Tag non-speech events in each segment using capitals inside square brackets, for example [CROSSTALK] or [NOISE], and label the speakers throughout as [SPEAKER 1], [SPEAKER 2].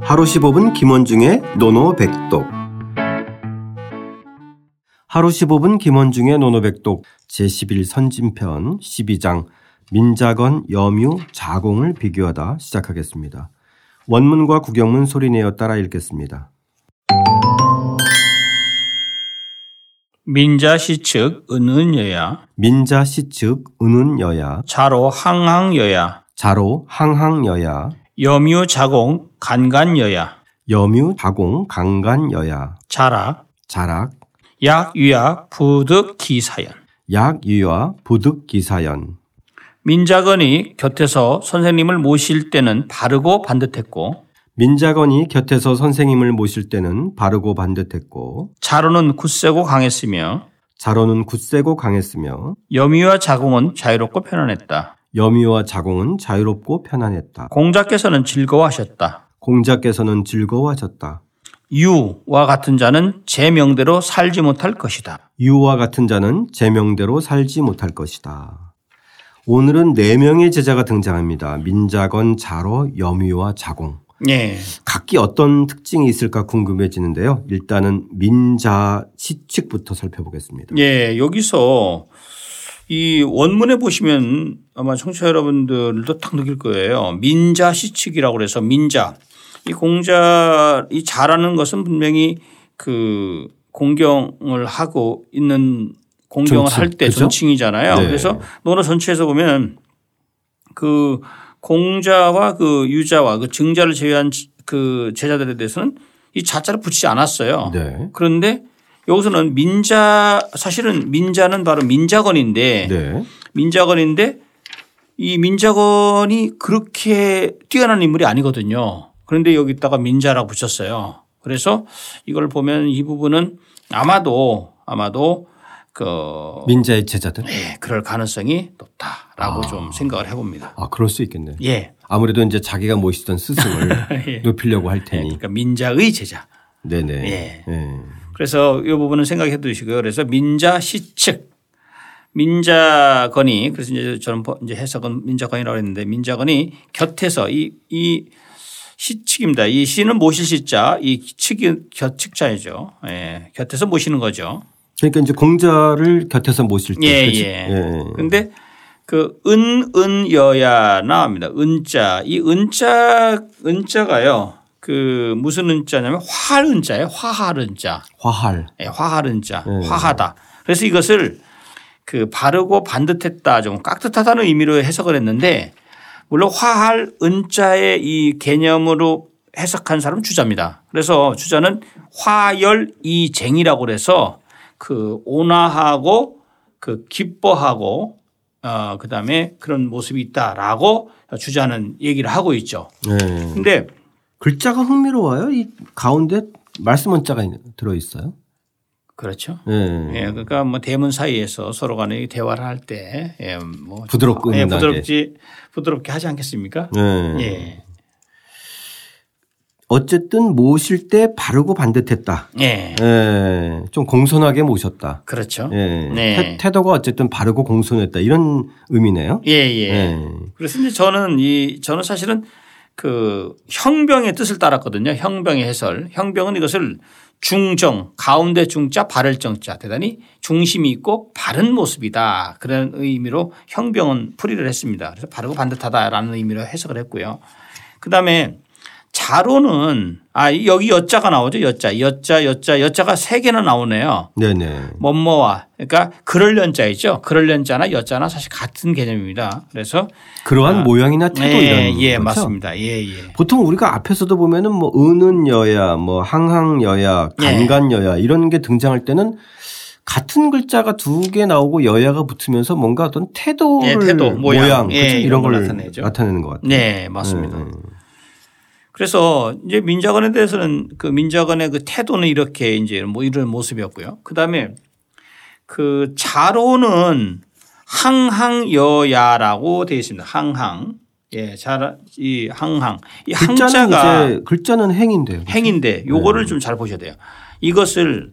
[SPEAKER 1] 하루 15분 김원중의 노노백독 하루 15분 김원중의 노노백독 제11선진편 12장 민자건 염유 자공을 비교하다 시작하겠습니다. 원문과 구경문 소리내어 따라 읽겠습니다.
[SPEAKER 2] 민자시 측 은은여야
[SPEAKER 1] 민자시 즉 은은여야
[SPEAKER 2] 자로 항항여야
[SPEAKER 1] 자로 항항여야
[SPEAKER 2] 염유자공 간간여야
[SPEAKER 1] 염유 자공 강간여야
[SPEAKER 2] 자락
[SPEAKER 1] 자락
[SPEAKER 2] 약유약 부득기사연
[SPEAKER 1] 약유와 부득기사연
[SPEAKER 2] 민자건이 곁에서 선생님을 모실 때는 바르고 반듯했고
[SPEAKER 1] 민자건이 곁에서 선생님을 모실 때는 바르고 반듯했고
[SPEAKER 2] 자로는 굳세고 강했으며
[SPEAKER 1] 자로는 굳세고 강했으며
[SPEAKER 2] 염유와 자공은 자유롭고 편안했다.
[SPEAKER 1] 여미와 자공은 자유롭고 편안했다.
[SPEAKER 2] 공자께서는 즐거워하셨다.
[SPEAKER 1] 공자께서는 즐거워하셨다.
[SPEAKER 2] 유와 같은 자는 제 명대로 살지 못할 것이다.
[SPEAKER 1] 유와 같은 자는 제명대로 살지 못할 것이다. 오늘은 네 명의 제자가 등장합니다. 민자건, 자로, 여미와 자공.
[SPEAKER 2] 예.
[SPEAKER 1] 각기 어떤 특징이 있을까 궁금해지는데요. 일단은 민자 시측부터 살펴보겠습니다.
[SPEAKER 2] 예, 여기서 이 원문에 보시면 아마 청취자 여러분들도 탁 느낄 거예요. 민자 시칙이라고 그래서 민자. 이 공자, 이 자라는 것은 분명히 그 공경을 하고 있는 공경을
[SPEAKER 1] 존칭,
[SPEAKER 2] 할 때
[SPEAKER 1] 그죠?
[SPEAKER 2] 전칭이잖아요.
[SPEAKER 1] 네.
[SPEAKER 2] 그래서 논어 전체에서 보면 그 공자와 그 유자와 그 증자를 제외한 그 제자들에 대해서는 이 자자를 붙이지 않았어요.
[SPEAKER 1] 네.
[SPEAKER 2] 그런데 여기서는 민자 사실은 민자는 바로 민자건인데
[SPEAKER 1] 네.
[SPEAKER 2] 민자건인데 이 민자건이 그렇게 뛰어난 인물이 아니거든요. 그런데 여기다가 민자라고 붙였어요. 그래서 이걸 보면 이 부분은 아마도 아마도 그
[SPEAKER 1] 민자의 제자들?
[SPEAKER 2] 예, 그럴 가능성이 높다라고
[SPEAKER 1] 아.
[SPEAKER 2] 좀 생각을 해봅니다.
[SPEAKER 1] 아, 그럴 수 있겠네.
[SPEAKER 2] 예.
[SPEAKER 1] 아무래도 이제 자기가 모시던 스승을
[SPEAKER 2] [LAUGHS] 예.
[SPEAKER 1] 높이려고 할 테니.
[SPEAKER 2] 그러니까 민자의 제자.
[SPEAKER 1] 네네.
[SPEAKER 2] 예.
[SPEAKER 1] 예.
[SPEAKER 2] 그래서 이 부분은 생각해 두시고요. 그래서 민자 시측. 민자건이 그래서 이제 저는 번- 이제 해석은 민자건이라고 했는데 민자건이 곁에서 이, 이 시측입니다. 이 시는 모실 시자 이 측이 곁측자이죠. 예. 곁에서 모시는 거죠.
[SPEAKER 1] 그러니까 이제 공자를 곁에서 모실 때.
[SPEAKER 2] 예,
[SPEAKER 1] 그치?
[SPEAKER 2] 예. 그런데 그 은, 은, 여야 나옵니다. 은자. 이 은자, 은자가요. 그 무슨 은자냐면 활 은자예요. 화활 은자.
[SPEAKER 1] 화할.
[SPEAKER 2] 예, 화하른 자, 화하다. 그래서 이것을 그 바르고 반듯했다, 좀 깍듯하다는 의미로 해석을 했는데 물론 화할 은자의 이 개념으로 해석한 사람은 주자입니다. 그래서 주자는 화열 이쟁이라고 해서 그 온화하고 그 기뻐하고 어 그다음에 그런 모습이 있다라고 주자는 얘기를 하고 있죠.
[SPEAKER 1] 예.
[SPEAKER 2] 근데
[SPEAKER 1] 글자가 흥미로워요. 이 가운데 말씀 원자가 있- 들어있어요.
[SPEAKER 2] 그렇죠.
[SPEAKER 1] 예.
[SPEAKER 2] 예, 그러니까 뭐 대문 사이에서 서로 간에 대화를 할 때 예, 뭐
[SPEAKER 1] 부드럽고
[SPEAKER 2] 예,
[SPEAKER 1] 은은하게.
[SPEAKER 2] 부드럽지 부드럽게 하지 않겠습니까?
[SPEAKER 1] 예.
[SPEAKER 2] 예.
[SPEAKER 1] 어쨌든 모실 때 바르고 반듯했다.
[SPEAKER 2] 예.
[SPEAKER 1] 예. 좀 공손하게 모셨다.
[SPEAKER 2] 그렇죠.
[SPEAKER 1] 예.
[SPEAKER 2] 네.
[SPEAKER 1] 태- 태도가 어쨌든 바르고 공손했다. 이런 의미네요.
[SPEAKER 2] 예, 예.
[SPEAKER 1] 예.
[SPEAKER 2] 그래서 이제 저는 이 저는 사실은 그 형병의 뜻을 따랐거든요. 형병의 해설. 형병은 이것을 중정, 가운데 중자, 바를 정자. 대단히 중심이 있고 바른 모습이다. 그런 의미로 형병은 풀이를 했습니다. 그래서 바르고 반듯하다라는 의미로 해석을 했고요. 그다음에 자로는 아 여기 여자가 나오죠. 여자. 여자, 여자, 여자가 세 개나 나오네요.
[SPEAKER 1] 네네.
[SPEAKER 2] 뭐뭐와 그러니까 그럴 연자 있죠. 그럴 연자나 여자나 사실 같은 개념입니다. 그래서
[SPEAKER 1] 그러한
[SPEAKER 2] 아,
[SPEAKER 1] 모양이나 태도
[SPEAKER 2] 예,
[SPEAKER 1] 이런
[SPEAKER 2] 예,
[SPEAKER 1] 거죠? 아,
[SPEAKER 2] 맞습니다. 예, 예.
[SPEAKER 1] 보통 우리가 앞에서도 보면은 뭐 은은 여야, 뭐 항항 여야,
[SPEAKER 2] 네.
[SPEAKER 1] 간간 여야 이런 게 등장할 때는 같은 글자가 두 개 나오고 여야가 붙으면서 뭔가 어떤 태도를
[SPEAKER 2] 예, 태도, 모양,
[SPEAKER 1] 그죠?
[SPEAKER 2] 예,
[SPEAKER 1] 이런
[SPEAKER 2] 이런 걸
[SPEAKER 1] 걸
[SPEAKER 2] 나타내죠.
[SPEAKER 1] 나타내는 것 같아요.
[SPEAKER 2] 네, 맞습니다.
[SPEAKER 1] 음,
[SPEAKER 2] 그래서 이제 민자건에 대해서는 그 민자건의 그 태도는 이렇게 이제 뭐 이런 모습이었고요. 그다음에 그 자로는 항항여야라고 되어 있습니다. 항항. 예, 자, 이 항항. 이
[SPEAKER 1] 글자는
[SPEAKER 2] 항자가
[SPEAKER 1] 이제 네. 글자는 행인데요.
[SPEAKER 2] 행인데 요거를 좀 잘 보셔야 돼요. 이것을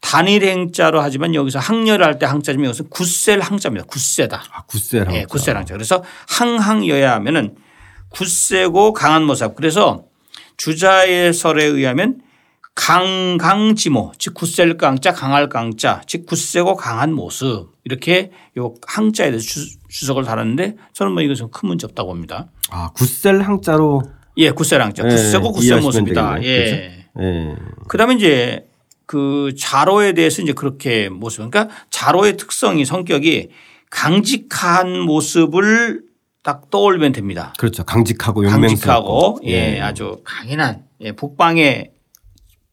[SPEAKER 2] 단일 행자로 하지만 여기서 항렬을 할 때 항자지만 이것은 굳셀 항자입니다. 굳세다.
[SPEAKER 1] 아, 굳세랑.
[SPEAKER 2] 예, 굳셀 항자. 그래서 항항여야 하면은 굳세고 강한 모습. 그래서 주자의 설에 의하면 강강지모 즉 굳셀 강자 강할 강자 즉 굳세고 강한 모습 이렇게 요 항자에 대해서 주, 석을 달았는데 저는 뭐 이것은 큰 문제 없다고 봅니다.
[SPEAKER 1] 아 굳셀 항자로
[SPEAKER 2] 예, 굳셀 항자
[SPEAKER 1] 예,
[SPEAKER 2] 굳세고 굳센
[SPEAKER 1] 이해하시면
[SPEAKER 2] 모습이다.
[SPEAKER 1] 되겠네요.
[SPEAKER 2] 예.
[SPEAKER 1] 예.
[SPEAKER 2] 그다음에 이제 그 자로에 대해서 이제 그렇게 모습 그러니까 자로의 특성이 성격이 강직한 모습을 딱 떠올리면 됩니다.
[SPEAKER 1] 그렇죠. 강직하고 용맹스럽고
[SPEAKER 2] 강직하고 예, 아주 강인한 예, 북방의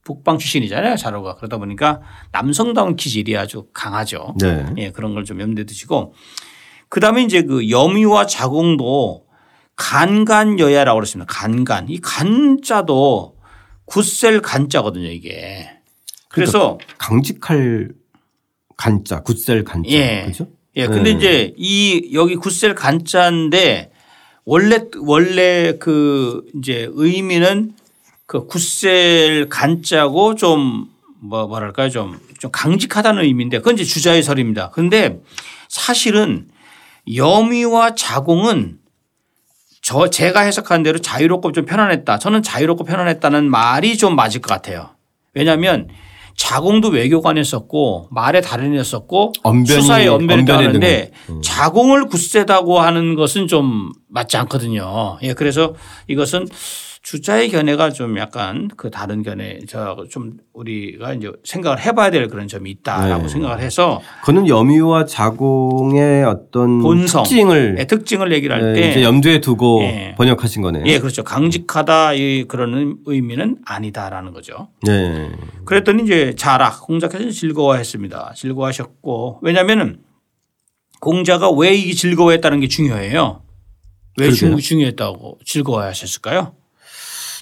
[SPEAKER 2] 북방 출신이잖아요 자로가 그러다 보니까 남성다운 기질이 아주 강하죠.
[SPEAKER 1] 네.
[SPEAKER 2] 예, 그런 걸 좀 염두에 두시고 그다음에 이제 그 여미와 자공도 간간여야라고 그랬습니다. 간간 이 간자도 굳셀 간자거든요 이게. 그래서
[SPEAKER 1] 강직할 간자, 굳셀 간자.
[SPEAKER 2] 예.
[SPEAKER 1] 그렇죠?
[SPEAKER 2] 예,
[SPEAKER 1] 네.
[SPEAKER 2] 근데 이제 이 여기 굳셀 간자인데 원래 원래 그 이제 의미는 그 굳셀 간자고 좀 뭐 뭐랄까요 좀 좀 강직하다는 의미인데 그건 이제 주자의 설입니다. 그런데 사실은 여미와 자공은 저 제가 해석한 대로 자유롭고 좀 편안했다. 저는 자유롭고 편안했다는 말이 좀 맞을 것 같아요. 왜냐하면 자공도 외교관이었었고 말의 달인이었었고
[SPEAKER 1] 언변이- 음.
[SPEAKER 2] 수사의 언변이
[SPEAKER 1] 언변에
[SPEAKER 2] 따르는데 자공을 굳세다고 하는 것은 좀 맞지 않거든요. 예, 그래서 이것은 주자의 견해가 좀 약간 그 다른 견해 저좀 우리가 이제 생각을 해봐야 될 그런 점이 있다라고
[SPEAKER 1] 네.
[SPEAKER 2] 생각을 해서
[SPEAKER 1] 그는 여미와 자공의 어떤
[SPEAKER 2] 본성.
[SPEAKER 1] 특징을
[SPEAKER 2] 예, 특징을 얘기를 할
[SPEAKER 1] 예,
[SPEAKER 2] 때
[SPEAKER 1] 네. 이제 염두에 두고
[SPEAKER 2] 예.
[SPEAKER 1] 번역하신 거네요.
[SPEAKER 2] 예, 그렇죠. 강직하다 이 그런 의미는 아니다라는 거죠.
[SPEAKER 1] 예.
[SPEAKER 2] 그랬더니 이제 자락 공작께서 즐거워했습니다. 즐거워하셨고 왜냐하면은 공자가 왜 이 즐거워했다는 게 중요해요. 왜
[SPEAKER 1] 그러게요.
[SPEAKER 2] 중- 중요했다고 즐거워하셨을까요?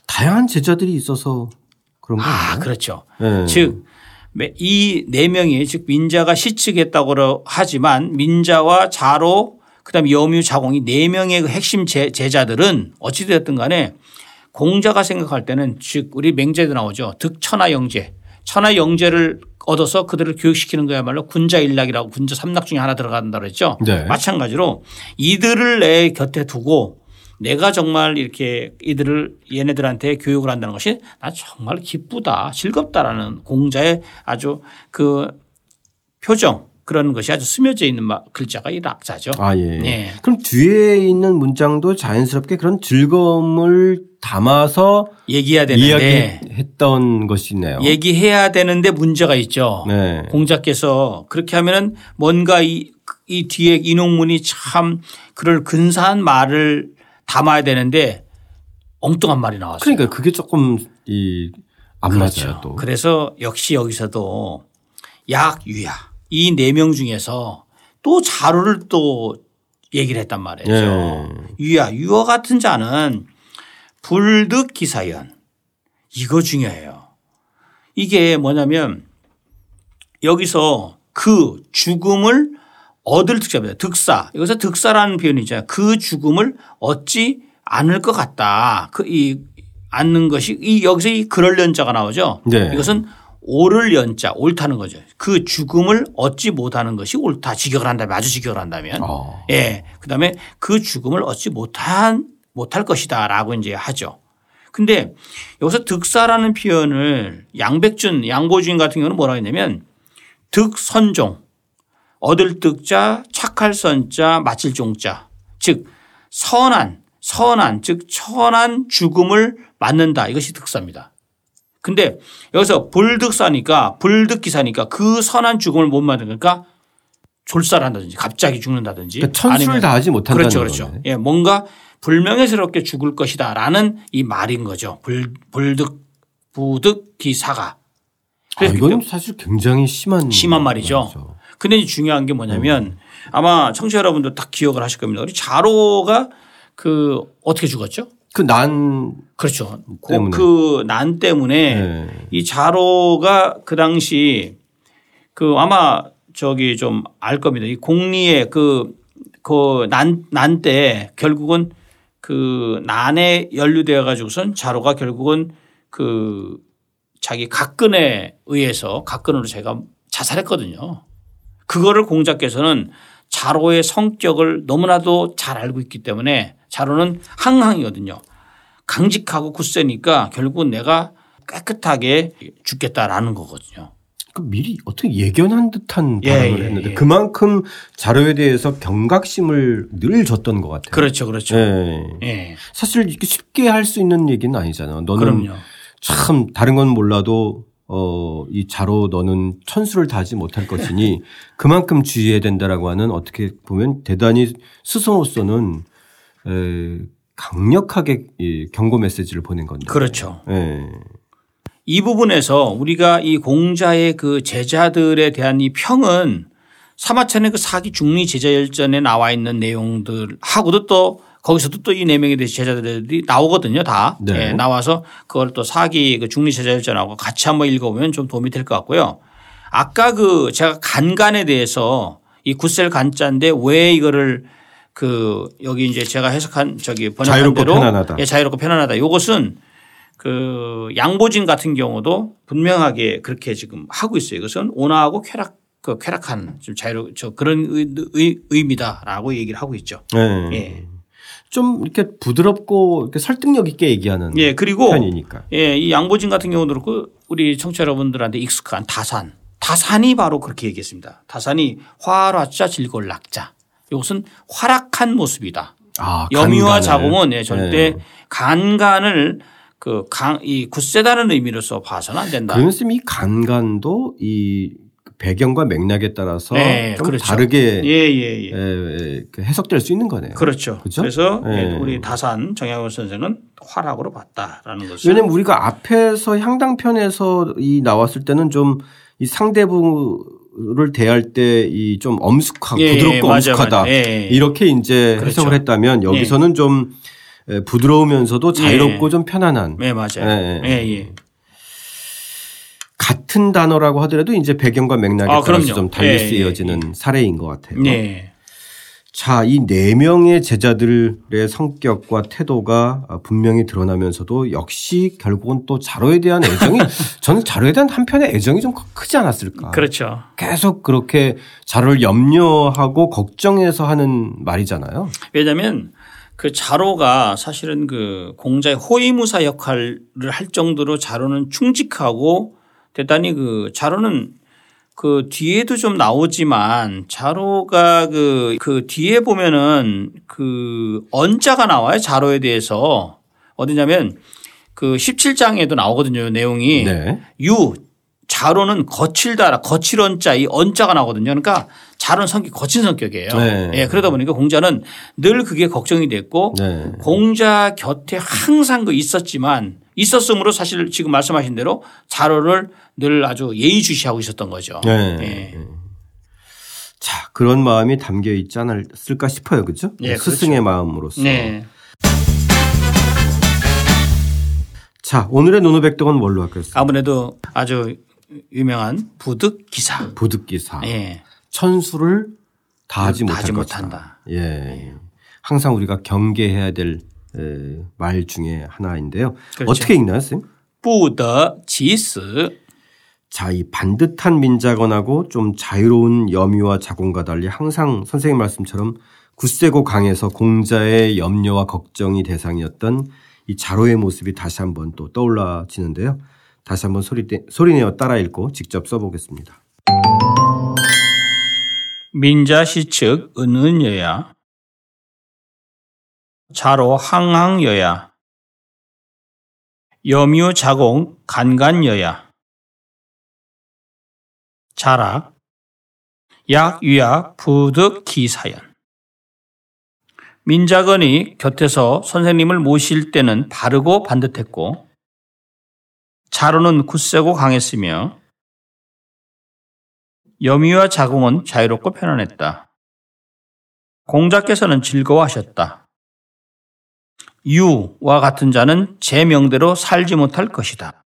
[SPEAKER 1] 다양한 제자들이 있어서 그런 거.
[SPEAKER 2] 아, 그렇죠.
[SPEAKER 1] 예.
[SPEAKER 2] 즉 이 네 명이 즉 민자가 시측했다고 하지만 민자와 자로 그다음에 여뮤 자공이 네 명의 그 핵심 제, 제자들은 어찌 되었든 간에 공자가 생각할 때는 즉 우리 맹자에도 나오죠. 득천하 영재. 천하 영재를 얻어서 그들을 교육시키는 거야말로 군자 일락이라고 군자 삼락 중에 하나 들어간다고 했죠.
[SPEAKER 1] 네.
[SPEAKER 2] 마찬가지로 이들을 내 곁에 두고 내가 정말 이렇게 이들을 얘네들한테 교육을 한다는 것이 나 정말 기쁘다 즐겁다라는 공자의 아주 그 표정 그런 것이 아주 스며져 있는 마- 글자가 이 락자죠.
[SPEAKER 1] 아, 예.
[SPEAKER 2] 예.
[SPEAKER 1] 그럼 뒤에 있는 문장도 자연스럽게 그런 즐거움을 담아서
[SPEAKER 2] 얘기해야 되는데
[SPEAKER 1] 이야기했던 것이 있네요.
[SPEAKER 2] 얘기해야 되는데 문제가 있죠.
[SPEAKER 1] 네.
[SPEAKER 2] 예. 공자께서 그렇게 하면은 뭔가 이, 이 뒤에 인용문이 참 그럴 근사한 말을 담아야 되는데 엉뚱한 말이 나왔어요.
[SPEAKER 1] 그러니까 그게 조금 이 안
[SPEAKER 2] 그렇죠.
[SPEAKER 1] 맞아요 그렇죠. 또.
[SPEAKER 2] 그래서 역시 여기서도 약유야 이 네 명 중에서 또 자루를 또 얘기를 했단 말이죠.
[SPEAKER 1] 예.
[SPEAKER 2] 유야 유어 같은 자는 불득 기사연 이거 중요해요. 이게 뭐냐면 여기서 그 죽음을 얻을 특자입니다. 득사. 여기서 득사라는 표현이 있잖아요. 그 죽음을 얻지 않을 것 같다. 그 이 않는 것이 이 여기서 이 그럴 연자가 나오죠.
[SPEAKER 1] 네.
[SPEAKER 2] 이것은 옳을 연자 옳다는 거죠. 그 죽음을 얻지 못하는 것이 옳다. 직역을 한다면 아주 직역을 한다면
[SPEAKER 1] 어.
[SPEAKER 2] 예. 그다음에 그 죽음을 얻지 못한 못할 것이다라고 이제 하죠. 근데 여기서 득사라는 표현을 양백준, 양보준 같은 경우는 뭐라고 했냐면 득선종, 얻을 득자, 착할 선자, 마칠 종자. 즉 선한, 선한, 즉 천한 죽음을 맞는다. 이것이 득사입니다. 근데 여기서 불득사니까 불득기사니까 그 선한 죽음을 못 맞으니까 졸살한다든지 갑자기 죽는다든지
[SPEAKER 1] 그러니까 천수를
[SPEAKER 2] 아니면
[SPEAKER 1] 다하지 못한다는
[SPEAKER 2] 그렇죠, 그렇죠.
[SPEAKER 1] 거네.
[SPEAKER 2] 예, 뭔가 불명예스럽게 죽을 것이다라는 이 말인 거죠. 불, 불득 부득 기사가.
[SPEAKER 1] 아,
[SPEAKER 2] 그래서
[SPEAKER 1] 이건 사실 굉장히 심한
[SPEAKER 2] 심한 말이죠. 근데 이제 중요한 게 뭐냐면
[SPEAKER 1] 어.
[SPEAKER 2] 아마 청취자 여러분도 다 기억을 하실 겁니다. 우리 자로가 그 어떻게 죽었죠?
[SPEAKER 1] 뭐, 그난
[SPEAKER 2] 그렇죠.
[SPEAKER 1] 때문에.
[SPEAKER 2] 그 난 때문에
[SPEAKER 1] 예.
[SPEAKER 2] 이 자로가 그 당시 그 아마 저기 좀 알 겁니다. 이 공리의 그, 그그난난 때 결국은 그 난에 연루되어 가지고선 자로가 결국은 그 자기 각근에 의해서 각근으로 제가 자살했거든요. 그거를 공자께서는 자로의 성격을 너무나도 잘 알고 있기 때문에 자로는 항항이거든요. 강직하고 굳세니까 결국은 내가 깨끗하게 죽겠다라는 거거든요.
[SPEAKER 1] 그 미리 어떻게 예견한 듯한
[SPEAKER 2] 예,
[SPEAKER 1] 발언을
[SPEAKER 2] 예,
[SPEAKER 1] 했는데
[SPEAKER 2] 예.
[SPEAKER 1] 그만큼 자료에 대해서 경각심을 늘 줬던 것 같아요.
[SPEAKER 2] 그렇죠. 그렇죠. 예.
[SPEAKER 1] 예. 사실 이렇게 쉽게 할 수 있는 얘기는 아니잖아. 너는
[SPEAKER 2] 그럼요.
[SPEAKER 1] 참 다른 건 몰라도 어, 이 자로 너는 천수를 다하지 못할
[SPEAKER 2] [LAUGHS]
[SPEAKER 1] 것이니 그만큼 주의해야 된다라고 하는 어떻게 보면 대단히 스스로서는 에, 강력하게 이 경고 메시지를 보낸 건데.
[SPEAKER 2] 그렇죠.
[SPEAKER 1] 예.
[SPEAKER 2] 이 부분에서 우리가 이 공자의 그 제자들에 대한 이 평은 사마천의 그 사기 중리 제자열전에 나와 있는 내용들하고도 또 거기서도 또 이 네 명의 대해 제자들이 나오거든요 다
[SPEAKER 1] 네.
[SPEAKER 2] 예, 나와서 그걸 또 사기 그 중리 제자열전하고 같이 한번 읽어보면 좀 도움이 될 것 같고요. 아까 그 제가 간간에 대해서 이 굿셀 간자인데 왜 이거를 그 여기 이제 제가 해석한 저기 번역한
[SPEAKER 1] 자유롭고
[SPEAKER 2] 대로
[SPEAKER 1] 편안하다.
[SPEAKER 2] 예, 자유롭고 편안하다. 이것은 그 양보진 같은 경우도 분명하게 그렇게 지금 하고 있어요. 이것은 온화하고 쾌락 그 쾌락한 좀 자유로 저 그런 의, 의, 의미다라고 얘기를 하고 있죠.
[SPEAKER 1] 예.
[SPEAKER 2] 예.
[SPEAKER 1] 좀 이렇게 부드럽고 이렇게 설득력 있게 얘기하는
[SPEAKER 2] 예 그리고
[SPEAKER 1] 편이니까.
[SPEAKER 2] 예 이 양보진 같은 경우도 그렇고 우리 청취자 여러분들한테 익숙한 다산 다산이 바로 그렇게 얘기했습니다. 다산이 화라자 질골락자 이것은 활악한 모습이다.
[SPEAKER 1] 아,
[SPEAKER 2] 염유와
[SPEAKER 1] 간간을.
[SPEAKER 2] 자궁은 예, 절대
[SPEAKER 1] 예.
[SPEAKER 2] 간간을 그 강 이 굳세다는 의미로서 봐서는 안 된다.
[SPEAKER 1] 그러면 쌤이 간간도 이 배경과 맥락에 따라서
[SPEAKER 2] 네,
[SPEAKER 1] 좀
[SPEAKER 2] 그렇죠.
[SPEAKER 1] 다르게
[SPEAKER 2] 예예 예,
[SPEAKER 1] 예, 예, 그 해석될 수 있는 거네요.
[SPEAKER 2] 그렇죠. 그
[SPEAKER 1] 그죠?
[SPEAKER 2] 래서
[SPEAKER 1] 예.
[SPEAKER 2] 우리 다산 정양원 선생은 화락으로 봤다라는 것을
[SPEAKER 1] 왜냐면 우리가 앞에서 향당편에서 이 나왔을 때는 좀 이 상대부를 대할 때 이 좀 엄숙하고
[SPEAKER 2] 예,
[SPEAKER 1] 부드럽고
[SPEAKER 2] 맞아,
[SPEAKER 1] 엄숙하다
[SPEAKER 2] 맞아. 예, 예.
[SPEAKER 1] 이렇게 이제
[SPEAKER 2] 그렇죠.
[SPEAKER 1] 해석을 했다면 여기서는 좀 예, 부드러우면서도 자유롭고 좀 편안한
[SPEAKER 2] 네 맞아요.
[SPEAKER 1] 예,
[SPEAKER 2] 예예.
[SPEAKER 1] 예. 같은 단어라고 하더라도 이제 배경과 맥락에
[SPEAKER 2] 아,
[SPEAKER 1] 따라서
[SPEAKER 2] 그럼요.
[SPEAKER 1] 좀 달리
[SPEAKER 2] 예,
[SPEAKER 1] 쓰여지는 사례인 것 같아요.
[SPEAKER 2] 네.
[SPEAKER 1] 자, 이 네 명의 제자들의 성격과 태도가 아, 분명히 드러나면서도 역시 결국은 또 자로에 대한
[SPEAKER 2] [LAUGHS]
[SPEAKER 1] 애정이 저는 자로에 대한 한편의 애정이 좀 크지 않았을까.
[SPEAKER 2] 그렇죠.
[SPEAKER 1] 계속 그렇게 자로를 염려하고 걱정해서 하는 말이잖아요.
[SPEAKER 2] 왜냐하면 그 자로가 사실은 그 공자의 호위무사 역할을 할 정도로 자로는 충직하고 대단히 그 자로는 그 뒤에도 좀 나오지만 자로가 그, 그 뒤에 보면은 그 언자가 나와요. 자로에 대해서 어디냐면 그 17장에도 나오거든요. 내용이.
[SPEAKER 1] 네.
[SPEAKER 2] 유 자로는 거칠다라 거칠언자 이 언자가 나거든요. 그러니까 자로는 성격 거친 성격이에요.
[SPEAKER 1] 네.
[SPEAKER 2] 예, 그러다 보니까 공자는 늘 그게 걱정이 됐고
[SPEAKER 1] 네.
[SPEAKER 2] 공자 곁에 항상 그 있었지만 있었으므로 사실 지금 말씀하신 대로 자로를 늘 아주 예의주시하고 있었던 거죠.
[SPEAKER 1] 네.
[SPEAKER 2] 예.
[SPEAKER 1] 자, 그런 마음이 담겨 있지 않았을까 싶어요. 그죠?
[SPEAKER 2] 네, 그렇죠.
[SPEAKER 1] 스승의 마음으로서.
[SPEAKER 2] 네.
[SPEAKER 1] 자, 오늘의 노노백독은 뭘로 할까요?
[SPEAKER 2] 아무래도 아주 유명한 부득 기사.
[SPEAKER 1] 보득기사.
[SPEAKER 2] 예.
[SPEAKER 1] 천수를 네. 다하지 못할
[SPEAKER 2] 다하지
[SPEAKER 1] 것이다.
[SPEAKER 2] 못한다.
[SPEAKER 1] 예. 항상 우리가 경계해야 될 말 중에 하나인데요.
[SPEAKER 2] 그렇죠.
[SPEAKER 1] 어떻게 읽나요, 쌤?
[SPEAKER 2] 부득 지스.
[SPEAKER 1] 자, 이 반듯한 민자건하고 좀 자유로운 염유와 자궁과 달리 항상 선생님 말씀처럼 굳세고 강해서 공자의 염려와 걱정이 대상이었던 이 자로의 모습이 다시 한번 또 떠올라지는데요. 다시 한번 소리, 소리내어 따라 읽고 직접 써보겠습니다.
[SPEAKER 2] 민자시 측 은은여야 자로 항항여야 염유 자공 간간여야 자락 약유약 부득 기사연 민자건이 곁에서 선생님을 모실 때는 바르고 반듯했고 자로는 굳세고 강했으며 여미와 자궁은 자유롭고 편안했다. 공자께서는 즐거워하셨다. 유와 같은 자는 제 명대로 살지 못할 것이다.